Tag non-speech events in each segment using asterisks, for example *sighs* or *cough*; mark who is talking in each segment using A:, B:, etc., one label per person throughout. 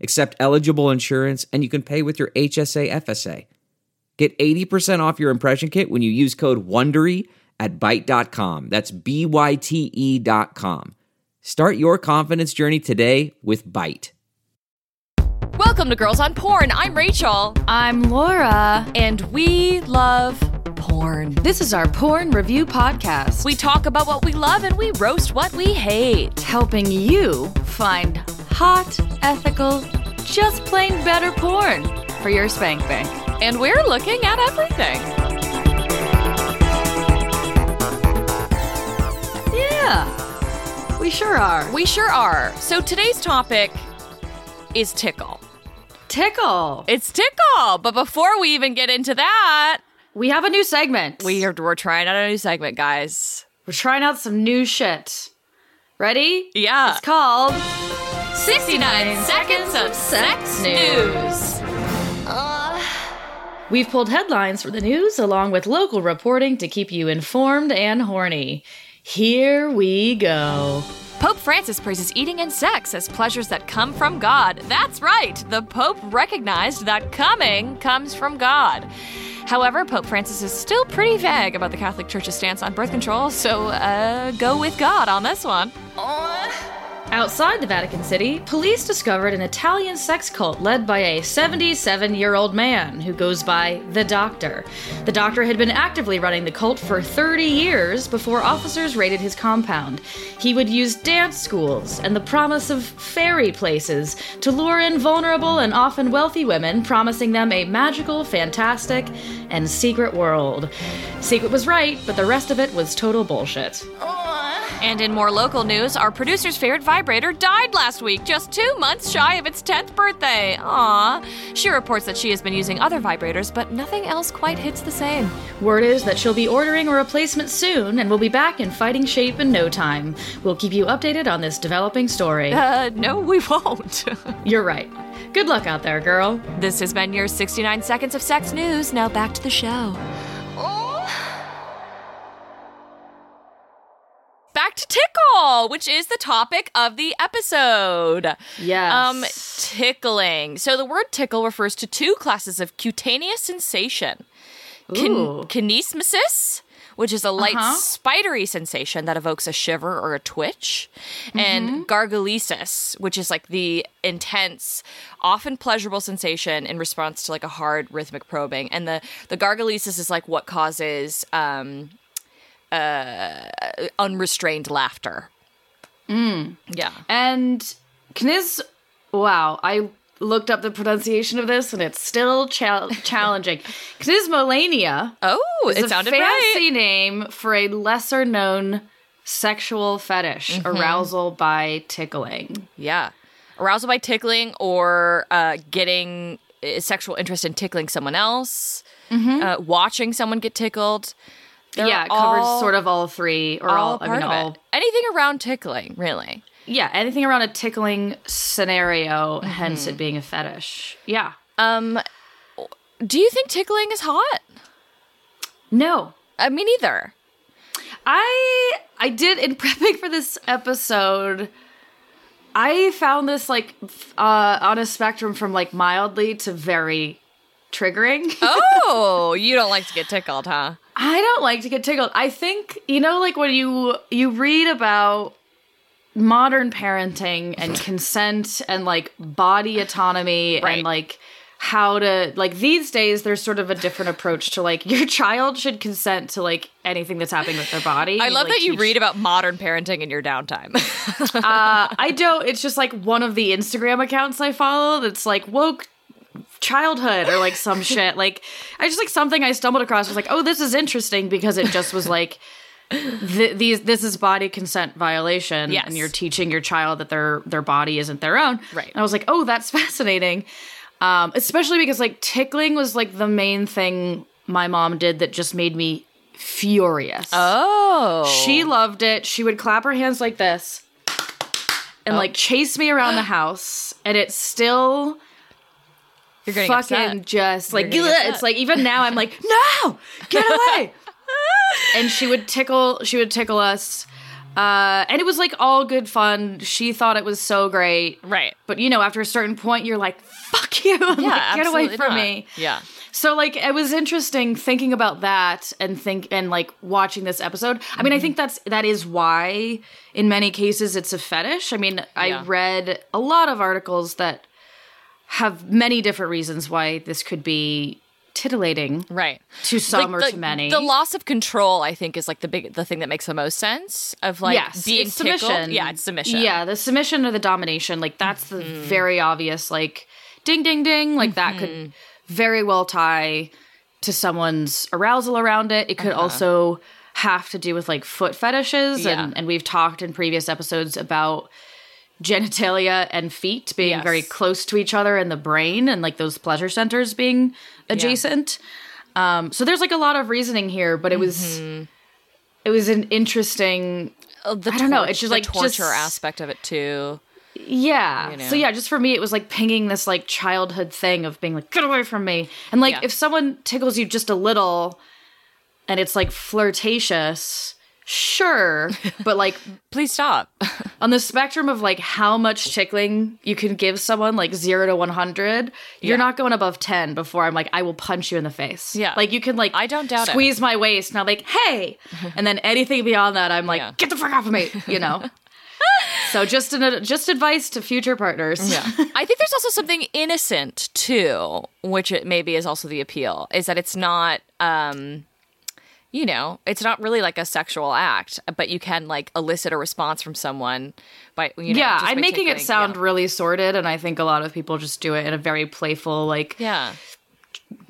A: accept eligible insurance, and you can pay with your HSA FSA. Get 80% off your impression kit when you use code WONDERY at Byte.com. That's B-Y-T-E E dot com. Start your confidence journey today with Byte.
B: Welcome to Girls on Porn. I'm Rachel,
C: I'm Laura.
B: and we love porn.
C: This is our porn review podcast.
B: We talk about what we love and we roast what we hate.
C: helping you find hot, ethical, just plain better porn for your spank bank.
B: And we're looking at everything.
C: Yeah. We sure are.
B: We sure are. So today's topic is tickle.
C: Tickle.
B: It's tickle. But before we even get into that,
C: We have a new segment.
B: we are, we're trying out a new segment, guys.
C: We're trying out some new shit. Ready?
B: Yeah.
C: It's called
B: 69 seconds of sex news.
C: We've pulled headlines for the news along with local reporting to keep you informed and horny. Here we go.
B: Pope Francis praises eating and sex as pleasures that come from God. That's right, the Pope recognized that coming comes from God. However, Pope Francis is still pretty vague about the Catholic Church's stance on birth control, so uh, go with God on this one.
C: Outside the Vatican City, police discovered an Italian sex cult led by a 77 year old man who goes by The Doctor. The Doctor had been actively running the cult for 30 years before officers raided his compound. He would use dance schools and the promise of fairy places to lure in vulnerable and often wealthy women, promising them a magical, fantastic, and secret world. Secret was right, but the rest of it was total bullshit.
B: And in more local news, our producer's favorite vibrator died last week, just two months shy of its 10th birthday. Aww. She reports that she has been using other vibrators, but nothing else quite hits the same.
C: Word is that she'll be ordering a replacement soon and will be back in fighting shape in no time. We'll keep you updated on this developing story.
B: Uh, no, we *laughs* won't.
C: You're right. Good luck out there, girl.
B: This has been your 69 Seconds of Sex News. Now back to the show. Back to tickle, which is the topic of the episode.
C: Yes.
B: Um, tickling. So the word tickle refers to two classes of cutaneous sensation. Kin-
C: Ooh. Uh-huh.
B: kinesmesis, which is a light spidery sensation that evokes a shiver or a twitch,
C: Mm-hmm.
B: and gargalesis, which is like the intense, often pleasurable sensation in response to like a hard rhythmic probing. And the the gargalesis is like what causes um, uh, unrestrained laughter.
C: Mm.
B: Yeah.
C: and Kniz, wow, I looked up the pronunciation of this and it's still chal- *laughs* challenging. Knismolania
B: Oh,
C: is
B: it
C: a
B: sounded
C: fancy
B: right.
C: name for a lesser known sexual fetish,
B: Mm-hmm.
C: arousal by tickling.
B: Yeah. Arousal by tickling or uh, getting uh, sexual interest in tickling someone else, uh, watching someone get tickled. They're
C: Mm-hmm. yeah, it
B: all-
C: covers sort of all three or all,
B: all
C: I
B: part of
C: mean all
B: it. Anything around tickling, really.
C: yeah, anything around a tickling scenario,
B: Mm-hmm.
C: hence it being a fetish. Yeah.
B: Um, do you think tickling is hot? Uh,
C: No.
B: I mean,
C: *laughs*
B: either.
C: I I did in *laughs* prepping for this episode I found this like f- uh on a spectrum from like mildly to very triggering. *laughs*
B: Oh, you don't like to get tickled, huh?
C: I don't like to get tickled. I think you know, like when you you read about modern parenting
B: *laughs*
C: and consent and like body autonomy
B: Right.
C: and like how to like these days there's sort of a different approach to like your *laughs* child should consent to like anything that's happening with their body.
B: I love
C: like,
B: that you
C: teach-
B: read about modern parenting in your downtime. *laughs*
C: uh, I don't. It's just like one of the Instagram accounts I follow that's like woke childhood or like some
B: *laughs*
C: shit. Like I just like something I stumbled across was like, oh, this is interesting because it just was like. Th- these this is body consent violation
B: Yes.
C: and you're teaching your child that their their body isn't their own
B: Right.
C: and i was like oh that's fascinating Um, especially because like tickling was like the main thing my mom did that just made me furious.
B: Oh.
C: She loved it. She would clap her hands like this and like chase me around the house. And it's still
B: You're getting
C: fucking
B: upset.
C: just like,
B: getting upset.
C: it's like, even now
B: *laughs*
C: I'm like, no, get away. and she would tickle, she would tickle us. Uh, and it was like all good fun. She thought it was so great.
B: Right.
C: But you know, after a certain point, you're like, fuck you. *laughs* I'm
B: Yeah,
C: like, get away
B: absolutely
C: from
B: not.
C: me.
B: Yeah.
C: So like it was interesting thinking about that and think and like watching this episode. I
B: Mm-hmm.
C: mean, I think that's that is why in many cases it's a fetish. I mean, I
B: Yeah.
C: read a lot of articles that have many different reasons why this could be titillating
B: Right.
C: to
B: Like,
C: some or
B: the,
C: to many.
B: The loss of control, I think, is like the big the thing that makes the most sense of like
C: yes,
B: being
C: it's
B: tickled.
C: submission.
B: Yeah, it's submission. Mm-hmm.
C: Yeah, the submission or the domination, like that's the very obvious, like ding ding ding, like that
B: Mm-hmm.
C: could very well tie to someone's arousal around it. It could
B: Uh-huh.
C: also have to do with like foot fetishes,
B: Yeah.
C: and and we've talked in previous episodes about genitalia and feet being
B: Yes.
C: very close to each other in the brain and like those pleasure centers being adjacent. Um, so there's like a lot of reasoning here, but it was
B: Mm-hmm.
C: it was an interesting
B: Uh, The
C: I don't know,
B: torch-
C: it's just,
B: the
C: like,
B: torture
C: just-
B: aspect of it too.
C: Yeah.
B: you know?
C: So yeah, just for me, it was like pinging this like childhood thing of being like, get away from me. And like
B: Yeah.
C: if someone tickles you just a little and it's like flirtatious,
B: *laughs*
C: sure. but like
B: Please
C: *laughs*
B: stop.
C: on the spectrum of like how much tickling you can give someone, like zero to 100, you're
B: Yeah.
C: not going above 10 before I'm like, I will punch you in the face.
B: Yeah.
C: Like you can like,
B: I don't doubt it.
C: Squeeze my waist and I'm like,
B: *laughs*
C: hey. and then anything beyond that, I'm like,
B: Yeah.
C: get the fuck off of me,
B: *laughs*
C: you know? so just an, just advice to future partners. *laughs* Yeah.
B: I think there's also something innocent too, which it maybe is also the appeal, is that it's not um you know, it's not really like a sexual act, but you can like elicit a response from someone by you know,
C: yeah,
B: just
C: I'm
B: by
C: making it
B: tickling-
C: sound
B: yeah.
C: really sordid, and I think a lot of people just do it in a very playful, like
B: yeah.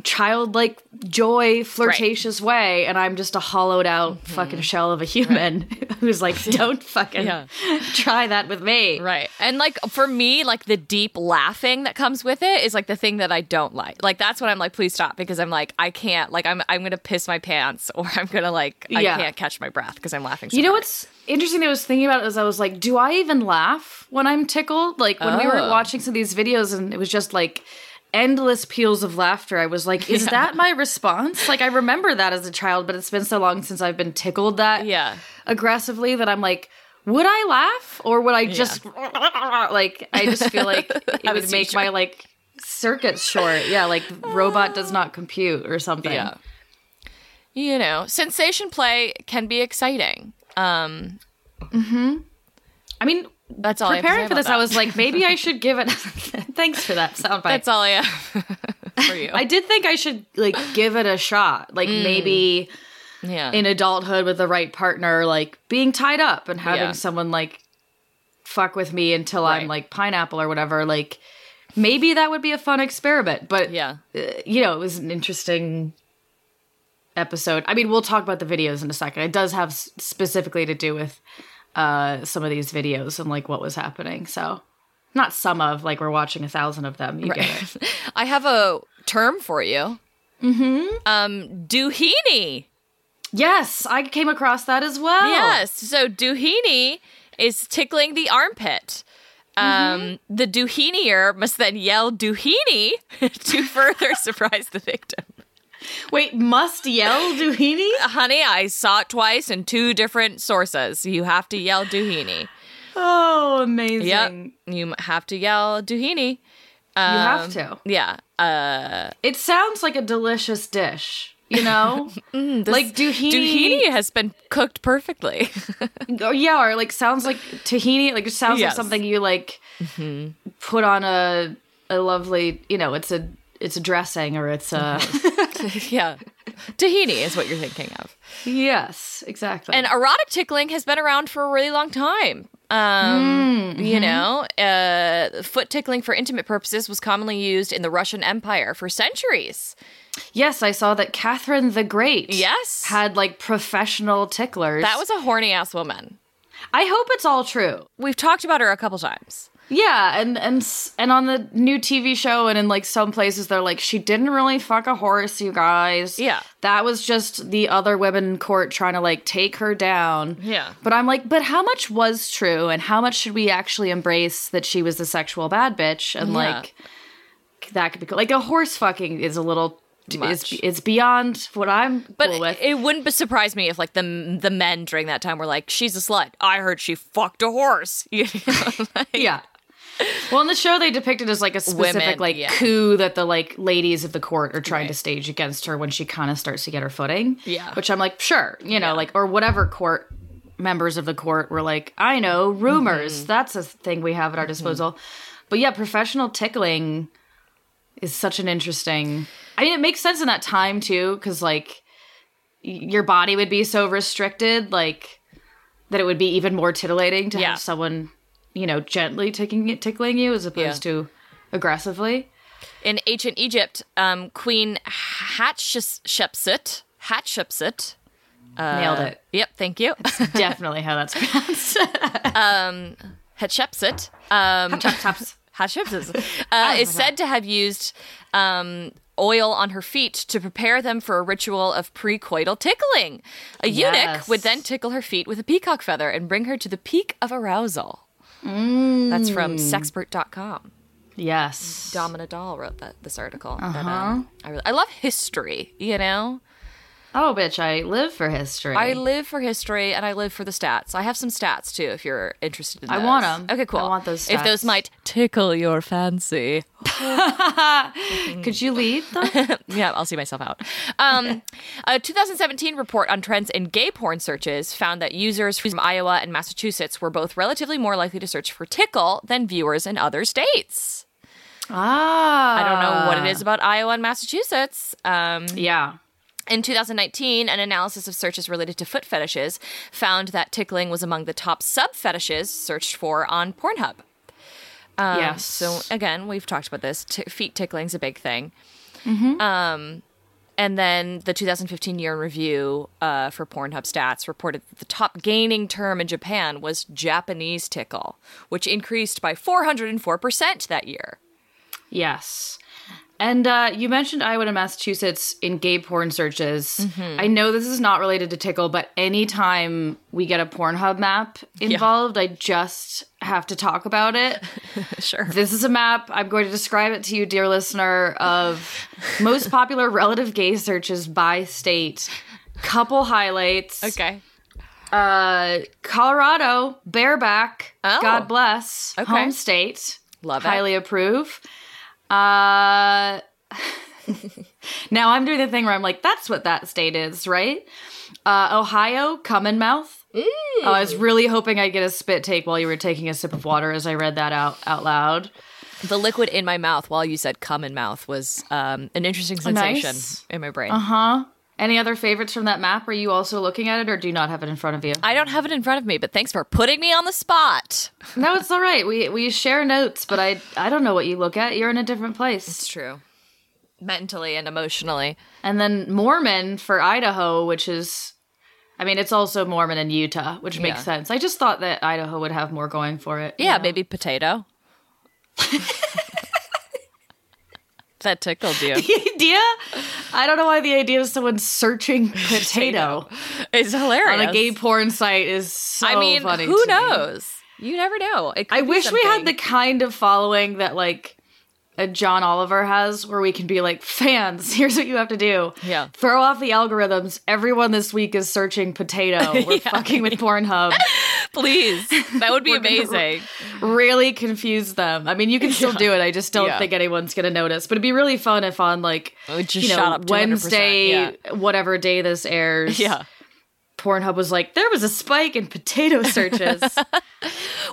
C: childlike, joy, flirtatious way, and I'm just a hollowed out fucking shell of a human *laughs* who's like, "Don't fucking
B: Mm-hmm. *laughs* Yeah.
C: *laughs* try that with me."
B: Right. And like for me, like the deep laughing that comes with it is like the thing that I don't like. Like that's when I'm like, please stop because I'm like, I can't like I'm I'm gonna piss my pants *laughs* or I'm gonna like I
C: Yeah.
B: can't catch my breath because I'm laughing so
C: You know
B: hard.
C: what's interesting? That I was thinking about is I was like, "Do I even laugh when I'm tickled?" Like when we were
B: Oh.
C: watching some of these videos, and it was just like endless peals of laughter. I was like, "Is that my response?" Like I remember that as a child, but it's been so long since I've been tickled that
B: Yeah.
C: aggressively that I'm like, would I laugh or would I just like? I just
B: *laughs*
C: feel like it would
B: was
C: make
B: usual.
C: my like circuit short. Yeah, like robot does not compute or something.
B: Yeah. You know, sensation play can be exciting. Um
C: I mean,
B: that's all I have to say
C: preparing for
B: about
C: this,
B: that.
C: I
B: *laughs*
C: was like, maybe I should give it. *laughs* Thanks for that soundbite.
B: That's all I have *laughs* for you.
C: I did think I should like give it a shot. Like
B: Mm.
C: maybe
B: yeah.
C: in adulthood with the right partner, like being tied up and having
B: Yeah.
C: someone like fuck with me until I'm
B: Right.
C: like pineapple or whatever, like maybe that would be a fun experiment. But
B: yeah.
C: uh, you know, it was an interesting episode. I mean, we'll talk about the videos in a second. It does have s- specifically to do with uh, some of these videos and like what was happening. So, not some of, like, we're watching a thousand of them. You get it.
B: I have a term for you. Mm-hmm. Um Duhini.
C: Yes, I came across that as well.
B: Yes. So Duhini is tickling the armpit. Um, The Duhinier must then yell Duhini *laughs* to further surprise the victim.
C: Wait, must yell Duhini?
B: *laughs* Honey, I saw it twice in two different sources. You have to yell Duhini.
C: Oh, amazing.
B: Yep. You m- have to yell Duhini.
C: You
B: um,
C: have to.
B: Yeah. Uh,
C: It sounds like a delicious dish, you
B: *laughs*
C: know? like
B: Mm,
C: Duhini.
B: Duhini has been cooked perfectly. *laughs*
C: Or, Oh, yeah, or like sounds like tahini. Like it sounds like
B: Yes. Mm-hmm.
C: something you like put on a a lovely. You know, it's a it's a dressing or it's a
B: Mm-hmm. yeah. Tahini is what you're thinking of.
C: *laughs* yes, exactly.
B: and erotic tickling has been around for a really long time. Um,
C: Mm, mm-hmm.
B: You know, uh, foot tickling for intimate purposes was commonly used in the Russian Empire for centuries.
C: yes, I saw that Catherine the Great.
B: Yes.
C: had like professional ticklers.
B: That was a horny ass woman.
C: I hope it's all true.
B: We've talked about her a couple times.
C: Yeah, and and s- and on the new TV show and in like some places they're like she didn't really fuck a horse, you guys.
B: Yeah.
C: That was just the other women in court trying to like take her down.
B: Yeah.
C: But I'm like, but how much was true and how much should we actually embrace that she was the sexual bad bitch and
B: Yeah.
C: like that could be cool. like a horse fucking is a little
B: Much.
C: is it's beyond what I'm
B: But
C: cool with.
B: it wouldn't be- surprise me if like the the men during that time were like, "She's a slut. I heard she fucked a horse." *laughs* You
C: *laughs*
B: know, like-
C: yeah. Well, in the show, they depicted as like a specific
B: Women,
C: like
B: yeah.
C: coup that the like ladies of the court are trying to
B: Right.
C: stage against her when she kind of starts to get her footing.
B: Yeah.
C: which I'm like, sure, you know, like or whatever court members of the court were like, I know rumors.
B: Mm-hmm.
C: That's a thing we have at our disposal. But yeah, professional tickling is such an interesting. I mean, it makes sense in that time too, because like y- your body would be so restricted, like that it would be even more titillating to
B: Yeah.
C: have someone you know, gently tickling tickling you as opposed
B: Yeah.
C: to aggressively.
B: in ancient Egypt, um, Queen Hatshepsut, Hatshepsut.
C: Nailed it.
B: Yep, thank you. *laughs*
C: *laughs* Definitely how that's pronounced.
B: Hatshepsut. Um,
C: Chop chops. *laughs*
B: Hatshepsut uh, is said to have used um, oil on her feet to prepare them for a ritual of precoital tickling. A eunuch
C: Yes.
B: would then tickle her feet with a peacock feather and bring her to the peak of arousal.
C: Mm.
B: That's from sexpert.com.
C: Yes.
B: Domina Dahl wrote that this article. that,
C: Uh-huh.
B: um, I, really, I love history, you know?
C: Oh, bitch! I live for history.
B: I live for history and I live for the stats. I have some stats too if you're interested in
C: I
B: those.
C: want 'em.
B: Okay, cool.
C: I want those
B: If those
C: stats.
B: might tickle your fancy.
C: Could you lead? Them?
B: Yeah, I'll see myself out. Um, a 2017 report on trends in gay porn searches found that users from Iowa and Massachusetts were both relatively more likely to search for tickle than viewers in other states.
C: ah,
B: I don't know what it is about Iowa and Massachusetts. Um,
C: Yeah.
B: in 2019, an analysis of searches related to foot fetishes found that tickling was among the top sub fetishes searched for on Pornhub. Um,
C: yes.
B: So again, we've talked about this. T- feet tickling's a big thing. Um, and then the 2015 year in review uh, for Pornhub stats reported that the top gaining term in Japan was Japanese tickle, which increased by 404 percent that year.
C: Yes. And uh, you mentioned Iowa and Massachusetts in gay porn searches. I know this is not related to Tickle, but anytime we get a Pornhub map involved, I just have to talk about it.
B: Sure.
C: This is a map. I'm going to describe it to you, dear listener, of most popular *laughs* relative gay searches by state. Couple highlights.
B: Okay.
C: Uh, Colorado, bareback.
B: Oh.
C: God bless.
B: Okay.
C: Home state.
B: Love it.
C: Highly approve. Uh, *laughs* now I'm doing the thing where I'm like, that's what that state is, right? Uh, Ohio, cum and mouth.
B: Mm.
C: Oh, I was really hoping I'd get a spit take while you were taking a sip of water as I read that out out loud.
B: The liquid in my mouth while you said "cum in mouth" was um, an interesting sensation
C: Oh, Nice. Uh-huh.
B: in my brain.
C: Any other favorites from that map? Are you also looking at it, or do you not have it in front of you?
B: I don't have it in front of me, but thanks for putting me on the spot.
C: no, it's all right. We we share notes, but I I don't know what you look at. You're in a different place.
B: It's true, mentally and emotionally.
C: And then Mormon for Idaho, which is, I mean, it's also Mormon in Utah, which
B: Yeah.
C: makes sense. I just thought that Idaho would have more going for it.
B: Yeah, maybe potato. that tickled
C: *laughs*
B: you.
C: *laughs* The idea? I don't know why the idea of
B: *laughs*
C: someone searching potato
B: It's hilarious.
C: on a gay porn site is so
B: I mean,
C: funny.
B: who
C: to me.
B: knows? You never know. It could
C: I
B: be
C: wish we had the
B: something.
C: kind of following that, like, a John Oliver has, where we can be like, fans, *laughs* here's what you have to do.
B: Yeah.
C: Throw off the algorithms. Everyone this week is searching potato.
B: *laughs*
C: We're fucking with Pornhub. *laughs*
B: please. That would be
C: We're gonna-
B: amazing.
C: really confuse them. I mean, you can still do it. I just don't
B: Yeah.
C: think anyone's going to notice. But it'd be really fun if on like
B: Oh, it just
C: you know
B: shot up 200%,
C: Wednesday,
B: yeah.
C: whatever day this airs,
B: Yeah.
C: Pornhub was like, there was a spike in
B: *laughs*
C: potato searches.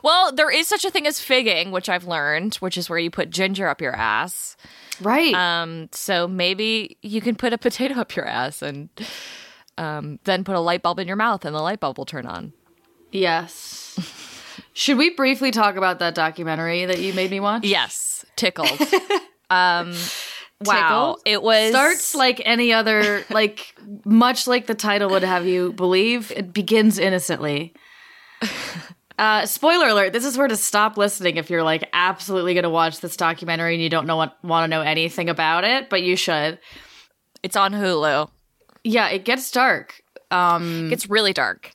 B: Well, there is such a thing as figging, which I've learned, which is where you put ginger up your ass.
C: right.
B: Um, so maybe you can put a potato up your ass and um, then put a light bulb in your mouth, and the light bulb will turn on.
C: yes. Should we briefly talk about that documentary that you made me watch?
B: Yes, tickled. Um,
C: Tickle?
B: wow. It was-
C: starts like
B: *laughs*
C: any other like
B: *laughs*
C: much like the title would have you believe. It begins innocently. Uh, spoiler alert, this is where to stop listening if you're like absolutely going to watch this documentary and you don't know what, want to know anything about it, but you should.
B: It's on Hulu.
C: Yeah, it gets dark. Um,
B: It's really dark.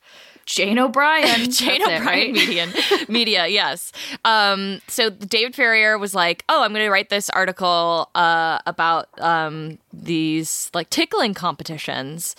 B: *laughs*
C: Jane O'Brien.
B: Jane
C: That's it,
B: O'Brien
C: right?
B: median media, yes. Um, so David Ferrier was like, "Oh, I'm going to write this article uh, about um, these like tickling competitions,"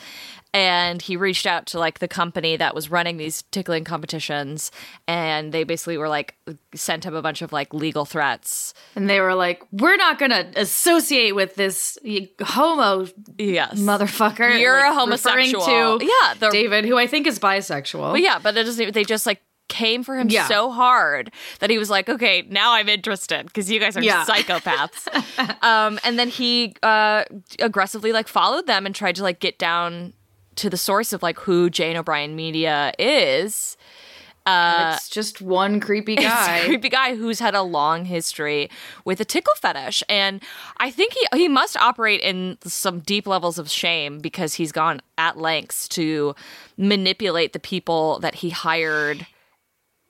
B: and he reached out to like the company that was running these tickling competitions, and they basically were like sent him a bunch of like legal threats.
C: And they were like, we're not going to associate with this y- homo
B: Yes,
C: motherfucker.
B: You're
C: like,
B: a homosexual.
C: referring to
B: Yeah, the-
C: David, who I think is bisexual.
B: But yeah, but it doesn't. They just like came for him
C: Yeah.
B: so hard that he was like, okay, now I'm interested because you guys are
C: Yeah.
B: psychopaths.
C: *laughs*
B: um, and then he uh, aggressively like followed them and tried to like get down to the source of like who Jane O'Brien Media is.
C: it's just one creepy
B: Uh, *laughs* It's a
C: guy.
B: creepy guy who's had a long history with a tickle fetish, and I think he he must operate in some deep levels of shame because he's gone at lengths to manipulate the people that he hired.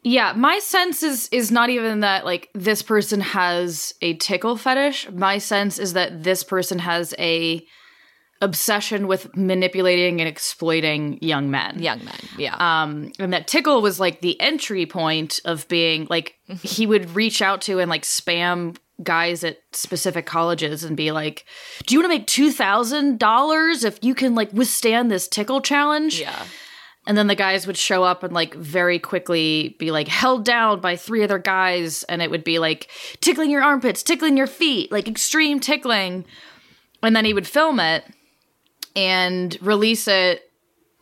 C: Yeah, my sense is is not even that like this person has a tickle fetish. My sense is that this person has a obsession with manipulating and exploiting young men.
B: young men. Yeah.
C: Um, and that tickle was like the entry point of being like
B: Mm-hmm.
C: he would reach out to and like spam guys at specific colleges and be like, "Do you want to make two thousand dollars if you can like withstand this tickle challenge?"
B: yeah.
C: And then the guys would show up and like very quickly be like held down by three other guys. And it would be like tickling your armpits, tickling your feet, like extreme tickling. And then he would film it and release it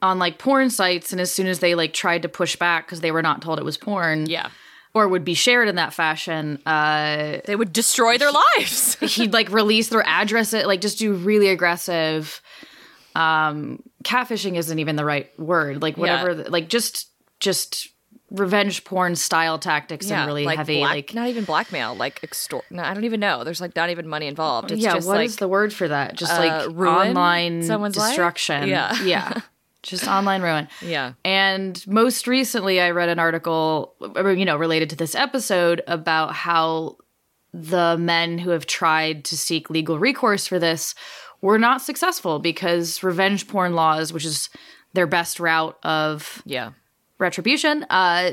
C: on like porn sites. And as soon as they like tried to push back because they were not told it was porn
B: Yeah.
C: or would be shared in that fashion, uh,
B: They would destroy their *laughs* lives.
C: he'd like release their address, it like just do really aggressive. Um, catfishing isn't even the right word. Like whatever, the- like just just revenge porn style tactics and really heavy
B: black-
C: like.
B: not even blackmail, like extort. No, I don't even know. There's like not even money involved. It's
C: yeah, what
B: just
C: is
B: like
C: the word for that? Just
B: uh,
C: like
B: ruin
C: online
B: someone's life?
C: destruction.
B: Yeah.
C: *laughs* yeah, just online ruin.
B: yeah,
C: And most recently, I read an article, or, you know, related to this episode about how the men who have tried to seek legal recourse for this were not successful because revenge porn laws, which is their best route of
B: yeah,
C: retribution, uh,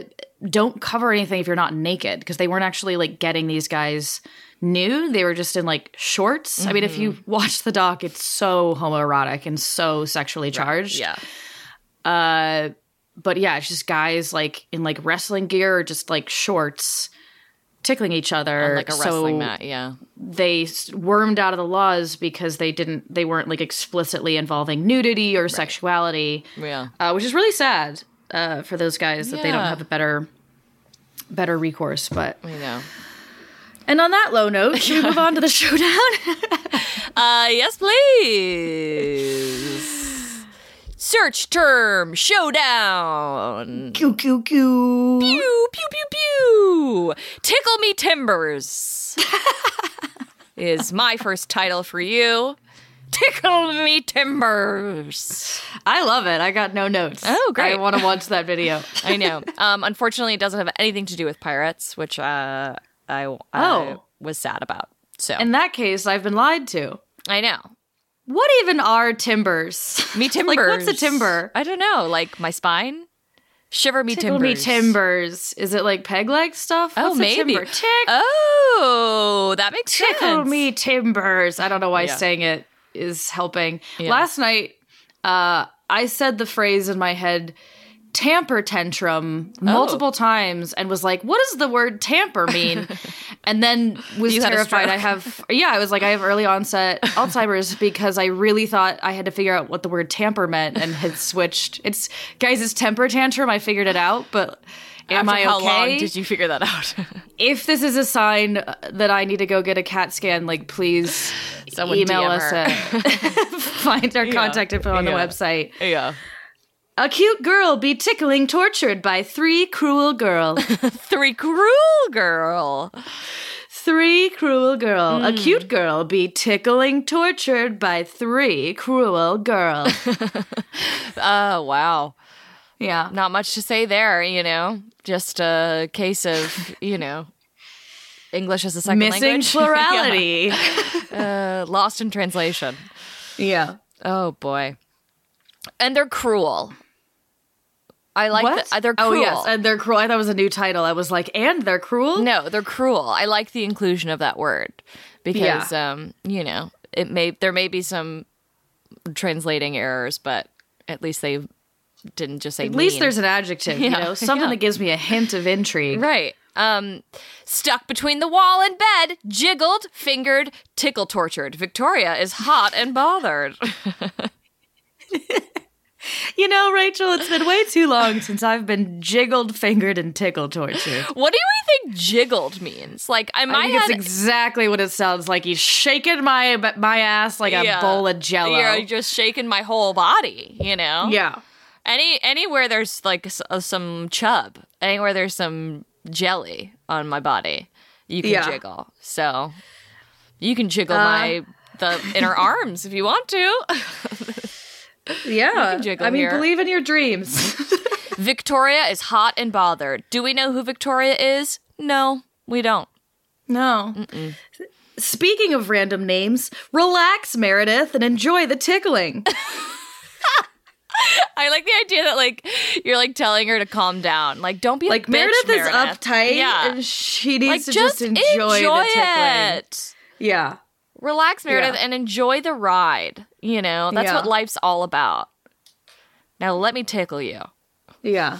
C: don't cover anything if you're not naked because they weren't actually like getting these guys nude. They were just in like shorts. I mean, if you
B: Mm-hmm.
C: watch the doc, it's so homoerotic and so sexually charged
B: yeah.
C: but yeah, it's just guys like in like wrestling gear or just like shorts tickling each other.
B: Like a wrestling
C: so
B: mat. Yeah,
C: They s- wormed out of the laws because they didn't, they weren't like explicitly involving nudity or sexuality,
B: yeah.
C: uh, which is really sad uh, for those guys that they don't
B: Yeah.
C: have a better, better recourse. But
B: You know.
C: and on that low
B: *laughs*
C: note, should we move on to the showdown? *laughs*
B: Uh, yes, please. Search term showdown.
C: Coo coo coo.
B: Pew pew pew pew. Tickle me
C: *laughs*
B: timbers is my first title for you. Tickle me timbers.
C: I love it. I got no notes.
B: Oh, great.
C: I want to watch
B: *laughs*
C: that video.
B: I know. Um, unfortunately, it doesn't have anything to do with pirates, which uh, I, I
C: Oh.
B: was sad about. So
C: In that case, I've been lied to.
B: I know.
C: What even are timbers?
B: Me timbers.
C: *laughs* like what's a timber?
B: I don't know. Like my spine. Shiver me
C: Tickle me
B: timbers.
C: timbers. Is it like peg leg stuff?
B: Oh,
C: What's a
B: maybe.
C: timber? Tick-
B: Oh, that makes
C: tickle
B: sense.
C: me timbers. I don't know why
B: Yeah.
C: saying it is helping. Last night, uh, I said the phrase in my head tamper tantrum
B: Oh.
C: multiple times and was like, what does the word tamper
B: *laughs*
C: mean? and then was
B: You had a
C: terrified
B: stroke.
C: I have yeah, I was like, I have early
B: *laughs*
C: onset Alzheimer's because I really thought I had to figure out what the word tamper meant and had switched. It's guys, it's temper tantrum. I figured it out, but am
B: After
C: I
B: how
C: okay?
B: long did you figure that out? *laughs*
C: if this is a sign uh, that I need to go get a CAT scan, like please
B: *sighs* Someone
C: email
B: DM
C: us
B: her.
C: at *laughs* find our contact info on the
B: yeah.
C: website.
B: yeah.
C: A cute girl be tickling tortured by three cruel
B: *laughs*
C: girl.
B: Three cruel girl.
C: three cruel girl.
B: Hmm.
C: A cute girl be
B: *laughs*
C: tickling tortured by three cruel girl.
B: Oh wow.
C: Yeah.
B: Not much to say there, you know. Just a case of, you know, English as a second
C: Missing
B: language. *laughs*
C: plurality.
B: Yeah. Uh, lost in translation.
C: yeah.
B: Oh boy. And they're cruel. I like
C: What?
B: The, uh, they're cruel.
C: Oh yes, and they're cruel. I thought it was a new title. I was like, and they're cruel.
B: No, they're cruel. I like the inclusion of that word because um, you know, it may there may be some translating errors, but at least they didn't just say
C: At least
B: mean.
C: there's an adjective, you
B: Yeah.
C: know, something
B: Yeah.
C: that gives me a hint of intrigue.
B: right. Um stuck between the wall and bed, jiggled, fingered, tickle tortured. Victoria is hot and bothered. *laughs*
C: You know, Rachel, it's been way too long since I've been jiggled, fingered, and tickle tortured.
B: what do we think jiggled means? Like I
C: I
B: might
C: think it's
B: have
C: exactly what it sounds like. He's shaking my my ass like a bowl of jello.
B: You're just shaking my whole body, you know?
C: yeah.
B: Any anywhere there's like s- uh, some chub, anywhere there's some jelly on my body, you can
C: Yeah. Uh.
B: jiggle. So you can jiggle my the inner arms if you want to.
C: Yeah.
B: jiggle
C: I mean,
B: here.
C: believe in your dreams. *laughs*
B: Victoria is hot and bothered. Do we know who Victoria is? No, we don't.
C: no. Speaking of random names, relax, Meredith, and enjoy
B: *laughs*
C: the tickling.
B: I like the idea that like you're like telling her to calm down. Like don't be a
C: Like
B: bitch,
C: Meredith is
B: Meredith.
C: uptight
B: Yeah.
C: and she needs
B: like
C: to just, enjoy, the tickling.
B: it.
C: Yeah.
B: relax meredith
C: Yeah.
B: and enjoy the ride you know that's
C: Yeah.
B: what life's all about now let me tickle you
C: Yeah.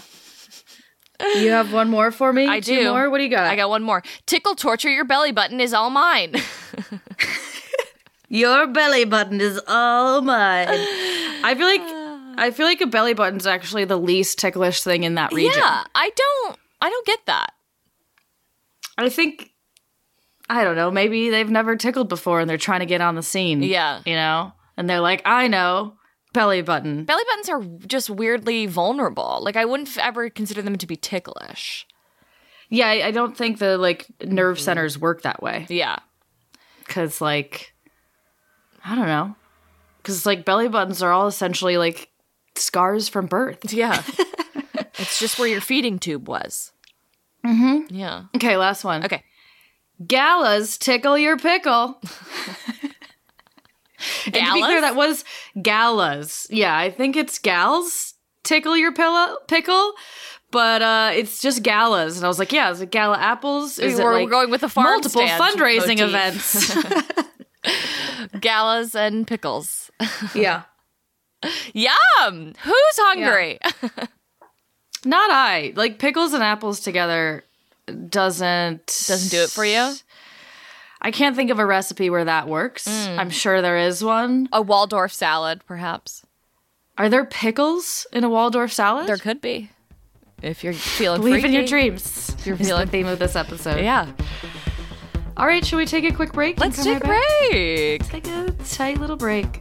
C: You have one more for me?
B: i
C: Two
B: do
C: more? What do you got?
B: i got one more tickle torture your belly button is all mine *laughs*
C: Your belly button is all
B: *sighs*
C: mine. I feel like I feel like a belly button's actually the least ticklish thing in that region.
B: yeah i don't i don't get that
C: I think I don't know, maybe they've never tickled before and they're trying to get on the scene.
B: Yeah.
C: You know? And they're like, I know. Belly button.
B: belly buttons are just weirdly vulnerable like i wouldn't f- ever consider them to be ticklish
C: Yeah, I, I don't think the like nerve
B: Mm-hmm.
C: centers work that way.
B: yeah
C: Cause like I don't know. Cause like belly buttons are all essentially like scars from birth.
B: yeah it's just where your feeding tube was mm-hmm yeah
C: Okay, last one.
B: okay
C: Galas tickle your pickle. And to be
B: Galas?
C: clear, that was galas. Yeah, I think it's gals tickle your pillow pickle, but uh, it's just galas. And I was like, yeah, is it gala apples? Is
B: We
C: it
B: were
C: like
B: going with the farm
C: multiple
B: stand
C: fundraising
B: motif. *laughs*
C: events?
B: galas and pickles
C: yeah,
B: yum who's hungry
C: not I. Like pickles and apples together doesn't
B: doesn't do it for you
C: I can't think of a recipe where that works.
B: Mm.
C: I'm sure there is one.
B: a Waldorf salad, perhaps.
C: Are there pickles in a Waldorf salad?
B: There could be, if you're feeling
C: Believe in your
B: freaky.
C: dreams.
B: You're
C: is the
B: feeling-
C: theme of this episode.
B: Yeah,
C: All right, should we take a quick break? and
B: let's
C: come
B: take a
C: right back?
B: break.
C: Take a tight little break.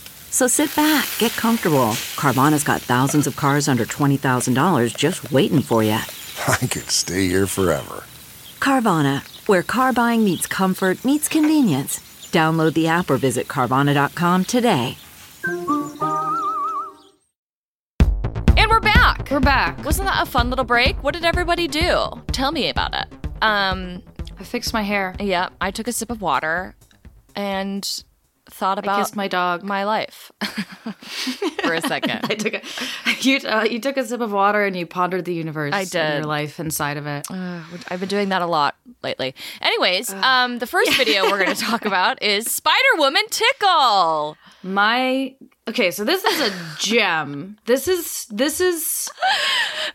D: So sit back, get comfortable. Carvana's got thousands of cars under $20,000 just waiting for you.
E: I could stay here forever.
D: Carvana, where car buying meets comfort, meets convenience. Download the app or visit Carvana.com today.
B: And we're back.
C: We're back.
B: Wasn't that a fun little break? What did everybody do? Tell me about it. Um,
C: I fixed my hair.
B: yeah, I took a sip of water and thought
C: I
B: about
C: kissed my dog.
B: my life *laughs* for a
C: *laughs* I
B: second.
C: took a, *laughs* you, uh, you took a sip of water and you pondered the universe.
B: I
C: And
B: did.
C: your life inside of it.
B: *sighs* I've been doing that a lot lately. Anyways, um, the
C: *laughs*
B: first video we're going to talk about is Spider Woman Tickle.
C: My okay, so this is a gem. This is this is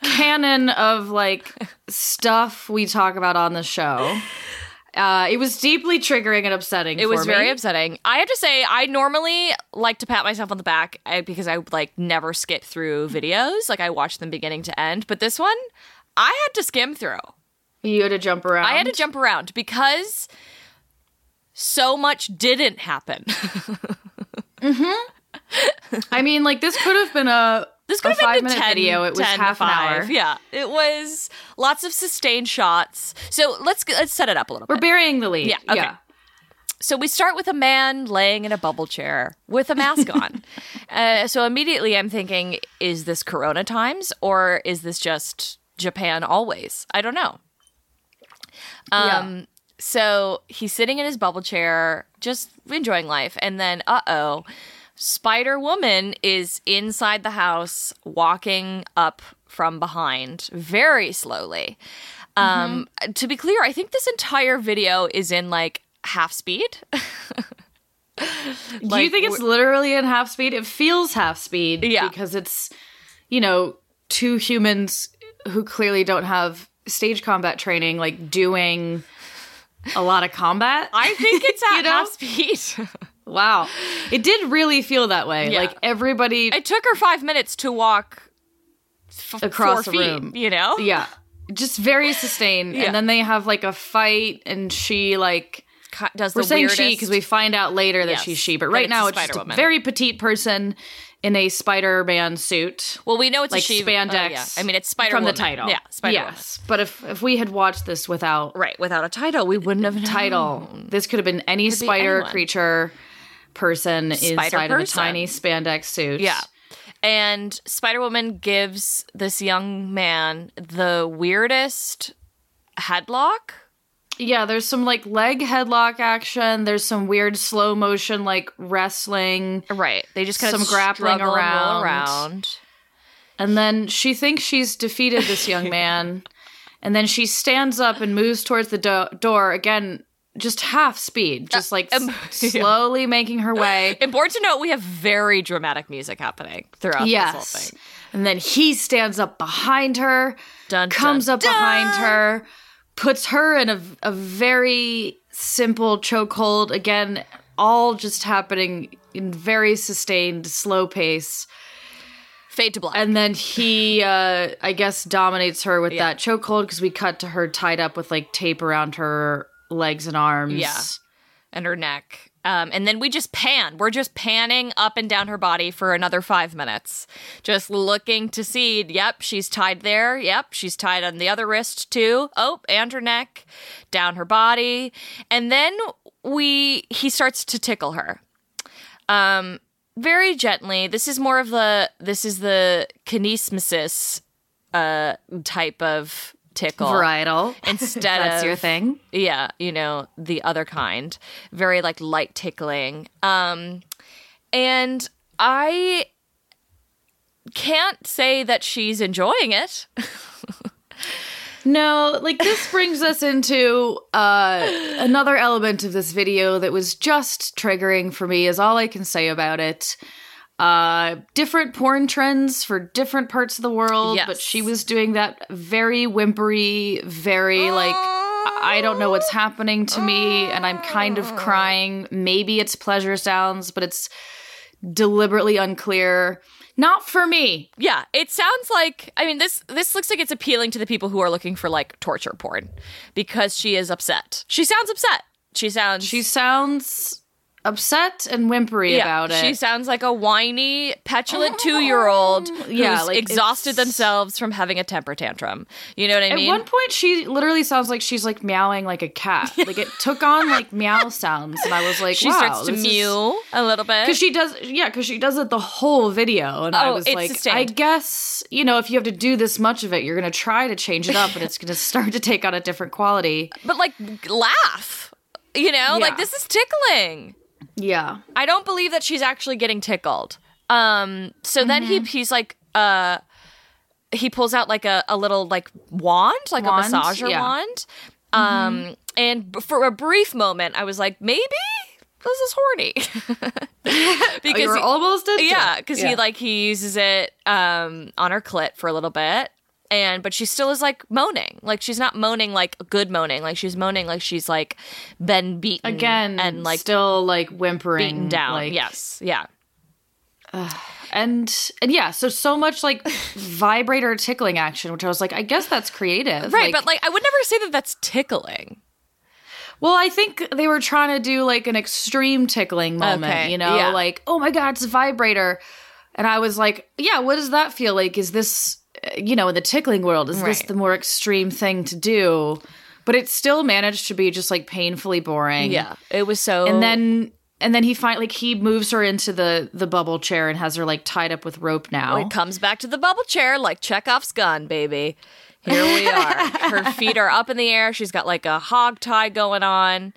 C: canon of like stuff we talk about on the show. Uh, it was deeply triggering and upsetting.
B: It was
C: for me.
B: very upsetting. I have to say, I normally like to pat myself on the back I, because I like never skip through videos. Like I watch them beginning to end. But this one, I had to skim through.
C: You had to jump around.
B: I had to jump around because so much didn't happen. *laughs*
C: I mean, like this could have been a
B: this could
C: a
B: have
C: five
B: been a
C: minute
B: 10,
C: video. It was
B: 10 to
C: half an
B: five.
C: hour.
B: Yeah, it was lots of sustained shots. So let's let's set it up a little
C: We're
B: bit.
C: burying the lead.
B: Yeah, okay. So we start with a man laying in a bubble chair with a mask on. Uh, so immediately I'm thinking, is this Corona times or is this just Japan always? I don't know. Um, So he's sitting in his bubble chair, just enjoying life. And then, uh oh, Spider Woman is inside the house, walking up from behind very slowly. Um, To be clear, I think this entire video is in like half speed.
C: Do you
B: Like,
C: think it's literally in half speed? It feels half speed
B: Yeah.
C: because it's, you know, two humans who clearly don't have stage combat training, like doing a lot of combat.
B: *laughs* I think it's at
C: You know?
B: half speed.
C: wow. It did really feel that way.
B: Yeah.
C: Like everybody
B: *laughs* it took her five minutes to walk f-
C: Across
B: four
C: the
B: feet,
C: room.
B: You know,
C: Yeah. Just very sustained.
B: Yeah.
C: And then they have like a fight and she like
B: Co- does
C: We're
B: the
C: saying she
B: weirdest-
C: because we find out later that
B: Yes,
C: she's she, but
B: that
C: right
B: it's
C: now
B: a
C: it's just a
B: Spider-Woman.
C: very petite person in a Spider-Man suit.
B: Well, we know it's
C: like
B: a she
C: spandex.
B: oh, yeah. I mean, it's Spider
C: from the
B: Woman.
C: title.
B: Yeah, Spider
C: Yes, but if if we had watched this without
B: Woman. Right, without a title, we wouldn't have *laughs*
C: title, this could have been any
B: be
C: spider
B: anyone.
C: creature person inside of a
B: person.
C: tiny spandex suit.
B: Yeah. And Spider Woman gives this young man the weirdest headlock.
C: yeah. There's some like leg headlock action. There's some weird slow motion like wrestling.
B: Right. They just kind of
C: Some grappling
B: struggle and roll
C: around.
B: around.
C: And then she thinks she's defeated this
B: *laughs*
C: young man. and then she stands up and moves towards the do- door again, just half speed, just like
B: um,
C: s-
B: *laughs* yeah.
C: slowly making her way.
B: Important to note, we have very dramatic music happening throughout this whole
C: yes.
B: thing.
C: And then he stands up behind her,
B: Dun,
C: comes
B: dun,
C: up behind her, puts her in a, a very simple chokehold. Again, all just happening in very sustained, slow pace.
B: Fade to black.
C: And then he, uh, I guess, dominates her with that chokehold because we cut to her tied up with like tape around her legs and arms.
B: Yeah. and her neck. Um, and then we just pan. We're just panning up and down her body for another five minutes, just looking to see. Yep, she's tied there. Yep, she's tied on the other wrist too. Oh, and her neck, down her body, and then we he starts to tickle her, um, very gently. This is more of the this is the kinesmesis uh type of tickle
C: Varietal.
B: instead
C: *laughs* That's
B: of
C: your thing.
B: yeah you know the other kind very like light tickling um and i can't say that she's enjoying it
C: No, like this brings us into uh, another element of this video that was just triggering for me, is all I can say about it. Uh, different porn trends for different parts of the world,
F: Yes.
C: but she was doing that very whimpery, very like, I I don't know what's happening to me, and I'm kind of crying. Maybe it's pleasure sounds, but it's deliberately unclear. Not for me.
B: *laughs* Yeah, it sounds like I mean this this looks like it's appealing to the people who are looking for like torture porn because she is upset. She sounds upset. She sounds
C: She sounds upset and whimpery
B: yeah,
C: about it.
B: She sounds like a whiny, petulant
C: *gasps*
B: 2-year-old who's
C: Yeah, like,
B: exhausted
C: it's-
B: themselves from having a temper tantrum. You know what I
C: At
B: mean?
C: one point, she literally sounds like she's like meowing like
B: *laughs*
C: a cat. Like it took on like meow sounds, and I was like,
B: she
C: wow,
B: starts to mew a little bit.
C: Because she does, yeah, because she does it the whole video, and I
B: Oh,
C: was
B: it's
C: like,
B: sustained.
C: I guess you know if you have to do this much of it, you're gonna try to change it up, and it's gonna start to take on a
B: *laughs*
C: different quality.
B: but like laugh. You know, like
C: Yeah.
B: this is tickling.
C: Yeah, Oh,
B: I don't believe that she's actually getting tickled. Um, so then he
C: Mm-hmm.
B: he's like, uh, he pulls out like a, a little like wand, like
C: Wand,
B: a massager
C: yeah. Mm-hmm.
B: wand. Um, and b- for a brief moment, I was like, maybe this is
C: *laughs*
B: horny *laughs*
C: Oh,
B: because
C: you were
B: he-
C: almost into
B: yeah,
C: it.
B: because he like he uses it um on her clit for a little bit, and but she still is like moaning, like she's not moaning like good moaning, like she's moaning like she's like been beaten
C: again
B: and like
C: still like whimpering,
B: beaten down.
C: like-
B: yes, yeah.
C: and and yeah, so so
B: *laughs*
C: much like vibrator tickling action, which I was like, I guess that's creative,
B: Right, but like I would never say that that's tickling.
C: Well, I think they were trying to do like an extreme tickling moment,
B: Okay,
C: you know,
B: yeah.
C: like, oh my God, it's a vibrator. And I was like, yeah, what does that feel like? Is this, uh, you know, in the tickling world, is this
B: Right.
C: the more extreme thing to do? But it still managed to be just like painfully boring.
B: it was so.
C: Mm. And then. And then he find like he moves her into the the bubble chair and has her like tied up with rope now.
B: it comes back to the bubble chair like Chekhov's gun, baby. Here
C: *laughs*
B: we are. Her feet are up in the air. She's got like a hog tie going on,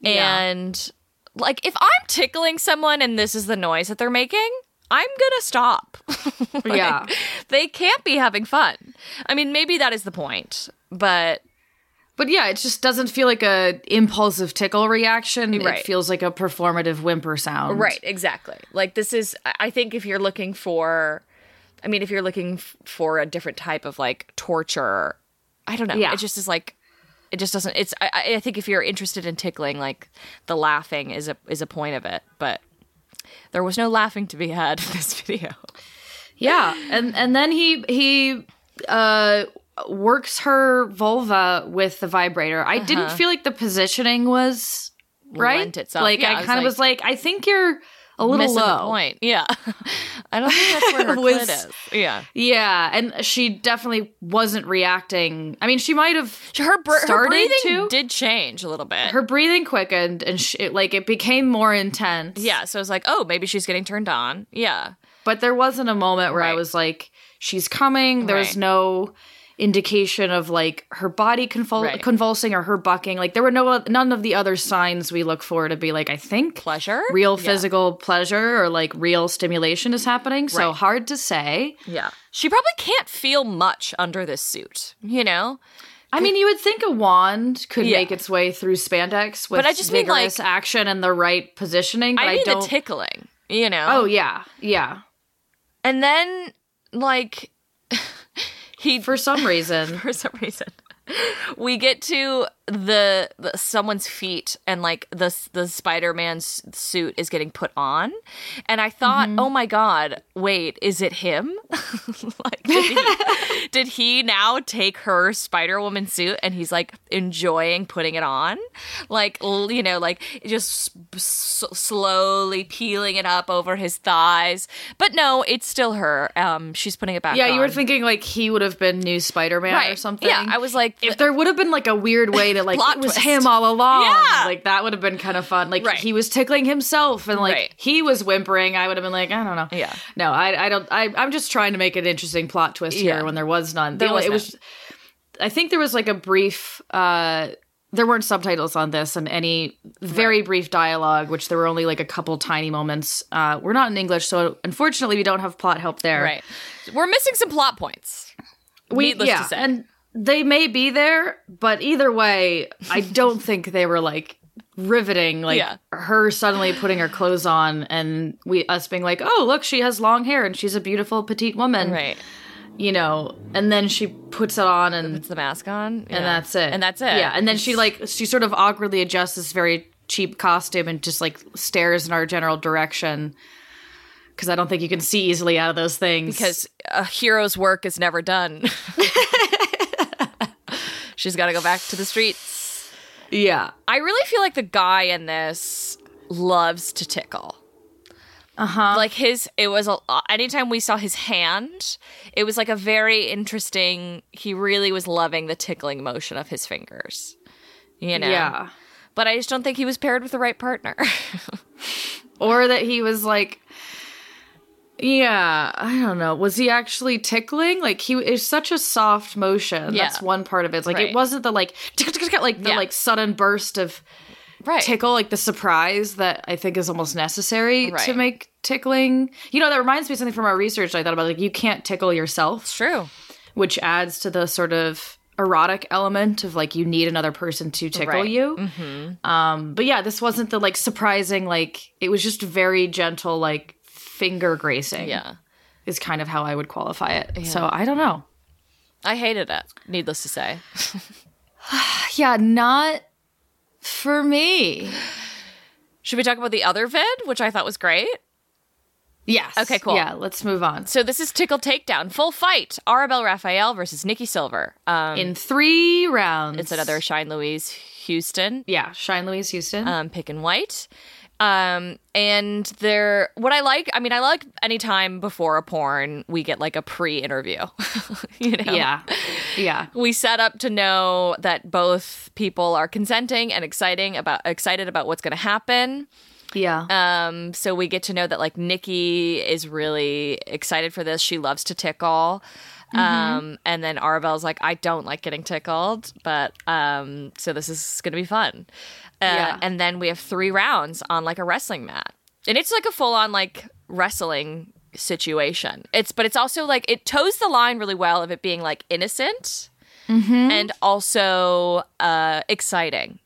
C: Yeah.
B: and like if I'm tickling someone and this is the noise that they're making, I'm gonna stop. *laughs* Like,
C: Yeah.
B: they can't be having fun. I mean, maybe that is the point, but
C: But yeah, it just doesn't feel like a impulsive tickle reaction.
B: Right.
C: It feels like a performative whimper sound.
B: Right, exactly. Like this is I I think if you're looking for I mean if you're looking f- for a different type of like torture, I don't know.
C: Yeah.
B: It just is like it just doesn't it's I, I- I think if you're interested in tickling like the laughing is a is a point of it, but there was no laughing to be had in this video.
C: Yeah, and and then he he uh works her vulva with the vibrator. I didn't feel like the positioning was right.
B: Uh-huh. Lent itself.
C: Like
B: Yeah, I
C: I
B: was
C: kind of
B: like-
C: was like, I think you're a little
B: Missing
C: low.
B: the point. Yeah. *laughs* I don't think
C: *laughs*
B: that's where her
C: Was-
B: clit is. Yeah.
C: Yeah, and she definitely wasn't reacting. I mean, she might have
B: Her, br- her
C: started
B: breathing
C: to.
B: did change a little bit.
C: her breathing quickened, and she, it, like it became more intense.
B: yeah, so I was like, "Oh, maybe she's getting turned on." Yeah.
C: but there wasn't a moment where I
B: Right.
C: was like, she's coming. There was
B: Right.
C: no indication of like her body convul-
B: Right.
C: convulsing or her bucking. Like there were no none of the other signs we look for to be like, I think
B: Pleasure?
C: real
B: Yeah.
C: physical pleasure or like real stimulation is happening. So
B: Right.
C: hard to say.
B: Yeah. She probably can't feel much under this suit, you know?
C: I mean, you would think a wand could
B: Yeah.
C: make its way through spandex with
B: But I just mean, like-
C: vigorous action and the right positioning. But
B: I
C: I,
B: mean
C: don't.
B: the tickling, you know?
C: oh yeah, yeah.
B: And then, like, *laughs* he, for,
C: For
B: *laughs*
C: some reason,
B: for some reason, we get to the, the someone's feet and, like, the, the Spider Man's suit is getting put on. And I thought,
C: Mm-hmm.
B: oh my God, wait, is it him? *laughs* like, did he, did he now take her Spider Woman suit and he's like enjoying putting it on? Like, l- you know, like just s- s- slowly peeling it up over his thighs. But no, it's still her. Um, She's putting it back
C: Yeah, you were
B: on.
C: thinking like he would have been new Spider-Man or
B: Right.
C: something.
B: Yeah, I was like-
C: if there would have been like a weird way to
B: *laughs*
C: like
B: Plot
C: it was
B: twist.
C: him all along.
B: Yeah.
C: like that would have been kind of fun. Like
B: Right.
C: he was tickling himself and like
B: Right.
C: he was whimpering. I would have been like, I don't know.
B: Yeah.
C: no, I, I don't. I, I'm just trying to make an interesting plot twist
B: Yeah.
C: here when there was none.
B: There
C: The only-
B: was
C: it
B: none.
C: was. I think there was like a brief. uh there weren't subtitles on this and any very brief dialogue, which there were only like a couple tiny moments. Uh, we're not in English, so unfortunately we don't have plot help there.
B: Right. We're missing some plot points.
C: We,
B: Needless
C: yeah,
B: to say.
C: And they may be there, but either way, I don't think they were like riveting like
B: Yeah.
C: her suddenly putting her clothes on and we us being like, "Oh, look, she has long hair and she's a beautiful petite woman."
B: Right.
C: You know, and then she puts it on and
B: Puts the mask on.
C: and that's it.
B: And that's it.
C: Yeah, and then she like she sort of awkwardly adjusts this very cheap costume and just like stares in our general direction because I don't think you can see easily out of those things
B: because a hero's work is never *laughs* done. She's got to go back to the streets.
C: yeah,
B: I really feel like the guy in this loves to tickle. Uh huh. Like his, it was a, anytime we saw his hand, it was like a very interesting. He really was loving the tickling motion of his fingers. You know.
C: yeah,
B: But I just don't think he was paired with the right partner. *laughs*
C: or that he was like. Yeah, I don't know. Was he actually tickling? Like he is such a soft motion.
B: Yeah.
C: That's one part of it. It's Like
B: Right.
C: it wasn't the like tick, tick, tick, tick, like the
B: Yeah.
C: like sudden burst of
B: right.
C: tickle, like the surprise that I think is almost necessary to
B: Right.
C: make tickling. You know, that reminds me of something from our research I thought about. Like, you can't tickle yourself,
B: True.
C: which adds to the sort of erotic element of like you need another person to tickle
B: Right. Mm-hmm.
C: you. Um, but yeah, this wasn't the like surprising, like, it was just very gentle, like finger gracing.
B: Yeah.
C: Is kind of how I would qualify it. So I don't know.
B: I hated it. Needless to say.
C: Yeah, not for me.
B: Should we talk about the other vid, which I thought was great?
C: Yes.
B: Okay, cool.
C: Yeah, let's move on.
B: So this is Tickle Takedown, full fight. Arabelle Raphael versus Nikki Silver. Um,
C: In three rounds.
B: it's another Shine Louise Houston,
C: Yeah, Shine Louise Houston.
B: um, pick and white. Um, and there, what I like, I mean, I like anytime before a porn, we get like a pre interview. *laughs* you know? *laughs*
C: yeah. Yeah.
B: we set up to know that both people are consenting and exciting about excited about what's going to happen.
C: Yeah.
B: Um, so we get to know that like Nikki is really excited for this. She loves to tickle. Um, and then Arabelle's like, I don't like getting tickled, but um, so this is gonna be fun. Uh,
C: Yeah.
B: And then we have three rounds on like a wrestling mat, and it's like a full on like wrestling situation. It's but it's also like it toes the line really well of it being like innocent and also uh exciting.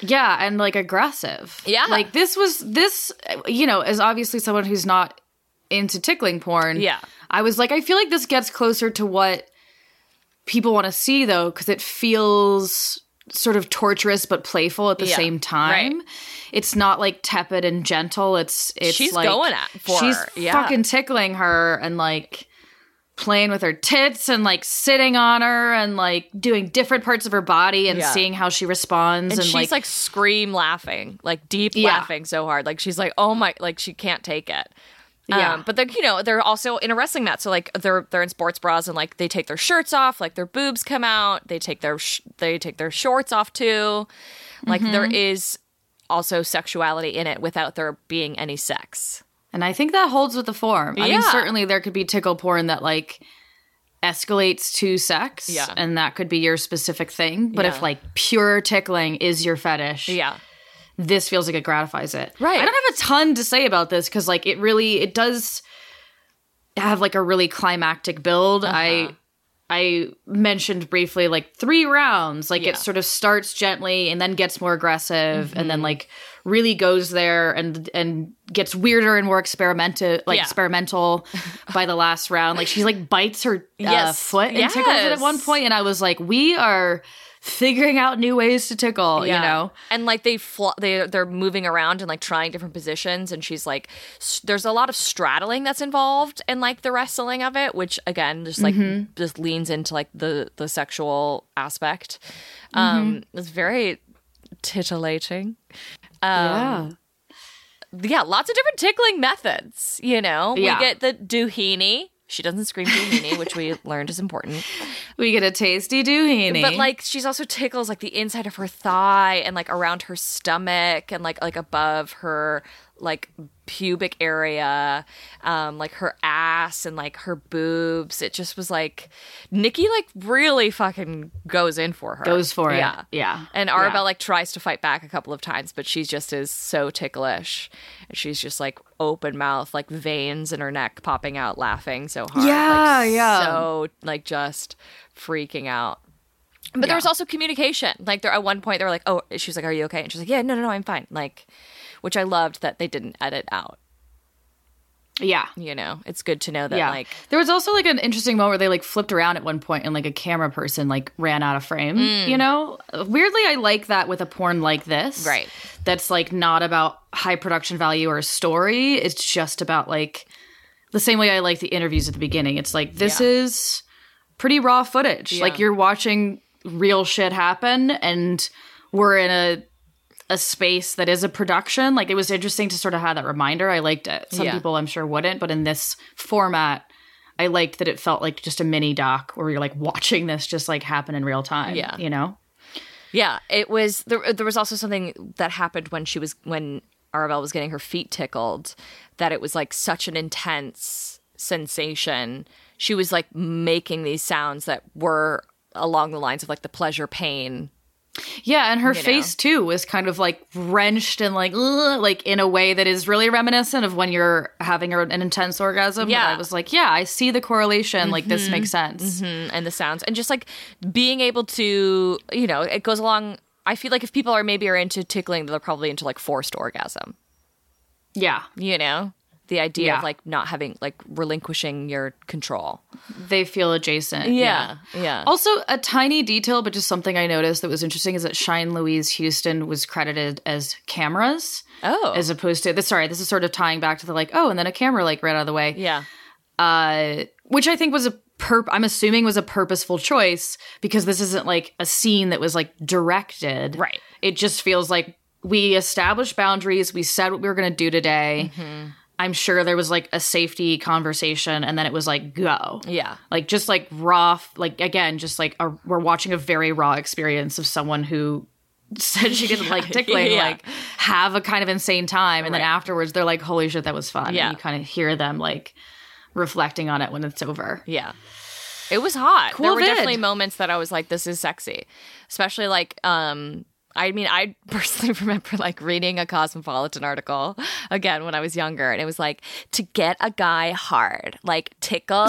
C: yeah, and like aggressive.
B: Yeah.
C: Like this was this you know, as obviously someone who's not into tickling porn.
B: Yeah.
C: I was like I feel like this gets closer to what people want to see though cuz it feels sort of torturous but playful at the
B: Yeah,
C: same time.
B: right.
C: It's not like tepid and gentle. It's it's
B: She's
C: like-
B: going at- for
C: She's
B: her, yeah.
C: fucking tickling her and like playing with her tits and like sitting on her and like doing different parts of her body and
B: Yeah.
C: seeing how she responds
B: and,
C: and,
B: she's like, scream laughing, like deep
C: Yeah.
B: laughing so hard, like she's like, oh my, like she can't take it.
C: Yeah.
B: Um, but they're you know they're also in a wrestling mat, so like they're they're in sports bras and like they take their shirts off, like their boobs come out, they take their sh- they take their shorts off too, like there
C: Mm-hmm.
B: is also sexuality in it without there being any sex.
C: and I think that holds with the form. I mean
B: Yeah.
C: certainly there could be tickle porn that like escalates to sex
B: Yeah.
C: and that could be your specific thing, but
B: Yeah.
C: if like pure tickling is your fetish,
B: Yeah.
C: this feels like it gratifies it.
B: Right.
C: I don't have a ton to say about this because like it really it does have like a really climactic build.
B: Uh-huh.
C: I I mentioned briefly like three rounds. Like
B: Yeah.
C: it sort of starts gently and then gets more aggressive and
B: Mm-hmm.
C: then like really goes there and and gets weirder and more experimental like
B: Yeah. *laughs*
C: experimental by the last round. Like she like bites her uh,
B: Yes.
C: foot and tickles it at
B: Yes.
C: one point and I was like, we are figuring out new ways to tickle, you know.
B: and like they fl- they they're moving around and like trying different positions and she's like s- there's a lot of straddling that's involved in like the wrestling of it which again just like
C: Mm-hmm.
B: just leans into like the the sexual aspect
C: Mm-hmm.
B: um it's very titillating Um,
C: yeah.
B: yeah lots of different tickling methods you know
C: Yeah.
B: we get the doohini she doesn't scream doohini which we learned is important
C: We get a tasty doohini.
B: But like she's also tickles like the inside of her thigh and like around her stomach and like like above her like pubic area, um, like her ass and like her boobs. It just was like Nikki like really fucking goes in for her.
C: goes for
B: Yeah.
C: it. Yeah.
B: And
C: Yeah.
B: Arabelle like tries to fight back a couple of times, but she just is so ticklish. And she's just like open mouth, like veins in her neck popping out, laughing so hard.
C: Yeah,
B: like,
C: yeah.
B: So like just freaking out. But there was also communication. Like there at one point they were like, "Oh," she was like, "Are you okay?" And she's like, "Yeah, no, no, no, I'm fine." Like, which I loved that they didn't edit out.
C: Yeah.
B: You know, it's good to know that.
C: Yeah.
B: Like,
C: there was also like an interesting moment where they like flipped around at one point and like a camera person like ran out of frame.
B: Mm.
C: You know? Weirdly I like that with a porn like this.
B: Right.
C: That's like not about high production value or a story. It's just about like the same way I like the interviews at the beginning. It's like this is pretty raw footage. Like you're watching real shit happen and we're in a a space that is a production. Like it was interesting to sort of have that reminder. I liked it. Some
B: Yeah.
C: people I'm sure wouldn't, but in this format, I liked that it felt like just a mini doc where you're like watching this just like happen in real time.
B: Yeah.
C: You know?
B: yeah, it was. There, there was also something that happened when she was when Arabelle was getting her feet tickled, that it was like such an intense sensation. She was like making these sounds that were along the lines of like the pleasure pain
C: Yeah, and her face too was kind of like wrenched and like "Ugh," like in a way that is really reminiscent of when you're having a- an intense orgasm. But
B: Yeah. Mm-hmm.
C: I was like, yeah, I see the correlation. Like this makes sense.
B: mm, and the sounds and just like being able to you know it goes along i feel like if people are maybe are into tickling they're probably into like forced orgasm
C: Yeah,
B: you know the idea
C: Yeah.
B: of like not having like relinquishing your control
C: they feel adjacent.
B: yeah,
C: Also, a tiny detail, but just something I noticed that was interesting is that Shine Louise Houston was credited as cameras
B: oh
C: as opposed to this. Sorry, this is sort of tying back to the like, oh, and then a camera like ran out of the way,
B: yeah
C: uh, which I think was a perp. I'm assuming was a purposeful choice because this isn't like a scene that was like directed.
B: Right.
C: It just feels like we established boundaries. We said what we were going to do today.
B: Mm-hmm.
C: I'm sure there was like a safety conversation, and then it was like go
B: yeah
C: like just like raw f- like again just like a, we're watching a very raw experience of someone who *laughs* said she didn't like tickling
B: Yeah.
C: like have a kind of insane time and then afterwards they're like holy shit that was fun And
B: Yeah.
C: you kind of hear them like reflecting on it when it's over
B: yeah it was hot there
C: Cool
B: were
C: vid.
B: definitely moments that i was like this is sexy especially like um I mean, I *laughs* personally remember like reading a Cosmopolitan article again when I was younger, and it was like to get a guy hard, like
C: *laughs*
B: tickle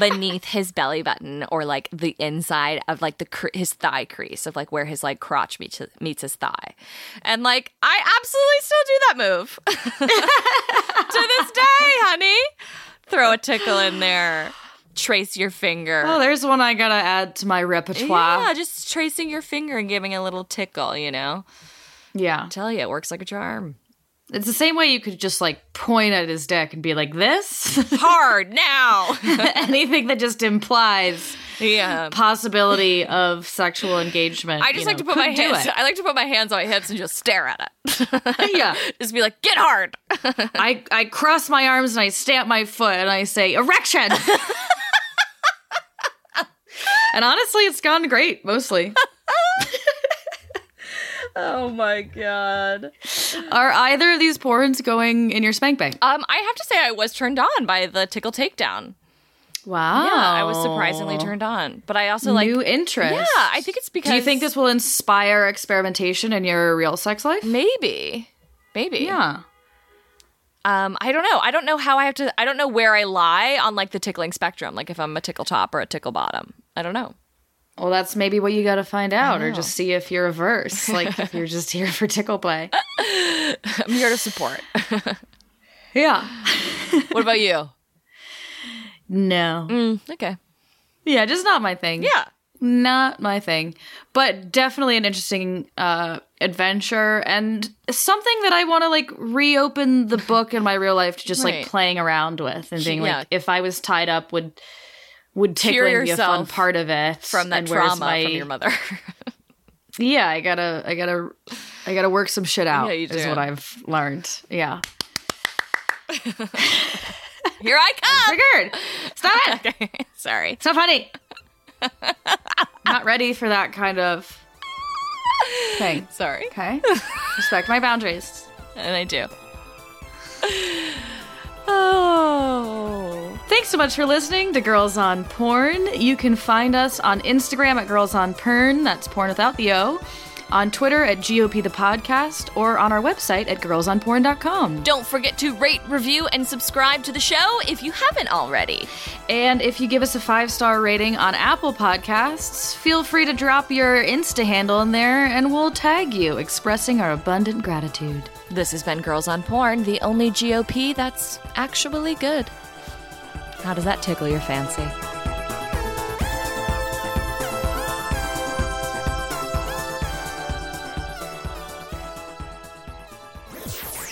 B: beneath his belly button or like the inside of like the cre- his thigh crease of like where his like crotch meets meets his thigh, and like I absolutely still do that move *laughs* to this day, honey. Throw a tickle in there, trace your finger.
C: oh there's one i gotta add to my repertoire
B: yeah, just tracing your finger and giving a little tickle, you know?
C: yeah
B: tell you, it works like a charm.
C: it's the same way you could just like point at his dick and be like this *laughs*
B: Hard now.
C: anything that just implies
B: *laughs* yeah.
C: possibility of sexual engagement
B: I just
C: you
B: like
C: know,
B: to put my
C: could do
B: hands.
C: it.
B: I like to put my hands on my hips and just stare at *laughs* it.
C: yeah
B: just be like, get hard.
C: I, I cross my arms and I stamp my foot and I
B: *laughs*
C: say, erection. and honestly, it's gone great, mostly.
B: *laughs* Oh my god.
C: Are either of these porns going in your spank bank?
B: Um, I have to say, I was turned on by the tickle takedown.
C: Wow.
B: Yeah, I was surprisingly turned on, but I also like.
C: New interest.
B: Mm. yeah, I think it's because.
C: Do you think this will inspire experimentation in your real sex life?
B: Maybe. Maybe.
C: Yeah.
B: Um, I don't know. I don't know how I have to. I don't know where I lie on like the tickling spectrum. Like if I'm a tickle top or a tickle bottom. I don't know.
C: Well, that's maybe what you got to find out, or just see if you're averse. Like, if you're just here for
B: *laughs*
C: tickle play.
B: I'm here to support.
C: Yeah.
B: *laughs* what about you?
C: No.
B: Okay.
C: Yeah, just not my thing.
B: Yeah.
C: not my thing, but definitely an interesting uh, adventure and something that I want to like reopen the book in my real life to just
B: Right.
C: like playing around with and being
B: Yeah.
C: like, if I was tied up, would would
B: Cure
C: tickling be a fun
B: yourself
C: part of it
B: From that
C: and where's
B: trauma
C: my-
B: from your mother. *laughs*
C: Yeah, I gotta, I gotta, I gotta work some shit out.
B: Yeah, you
C: Is
B: do.
C: what I've learned. Yeah,
B: here I come.
C: triggered. Stop it.
B: *laughs* Sorry.
C: It's not funny. not ready for that kind of thing.
B: Sorry.
C: Okay, respect my boundaries.
B: And I do. Oh.
C: Thanks so much for listening to Girls on Porn. You can find us on Instagram at Girls on Pern. That's porn without the O. on Twitter at GOP the podcast or on our website at girlsonporn.com.
B: Don't forget to rate, review, and subscribe to the show if you haven't already.
C: And if you give us a five star rating on Apple Podcasts, feel free to drop your Insta handle in there and we'll tag you, expressing our abundant gratitude.
B: This has been Girls on Porn, the only GOP that's actually good. How does that tickle your fancy?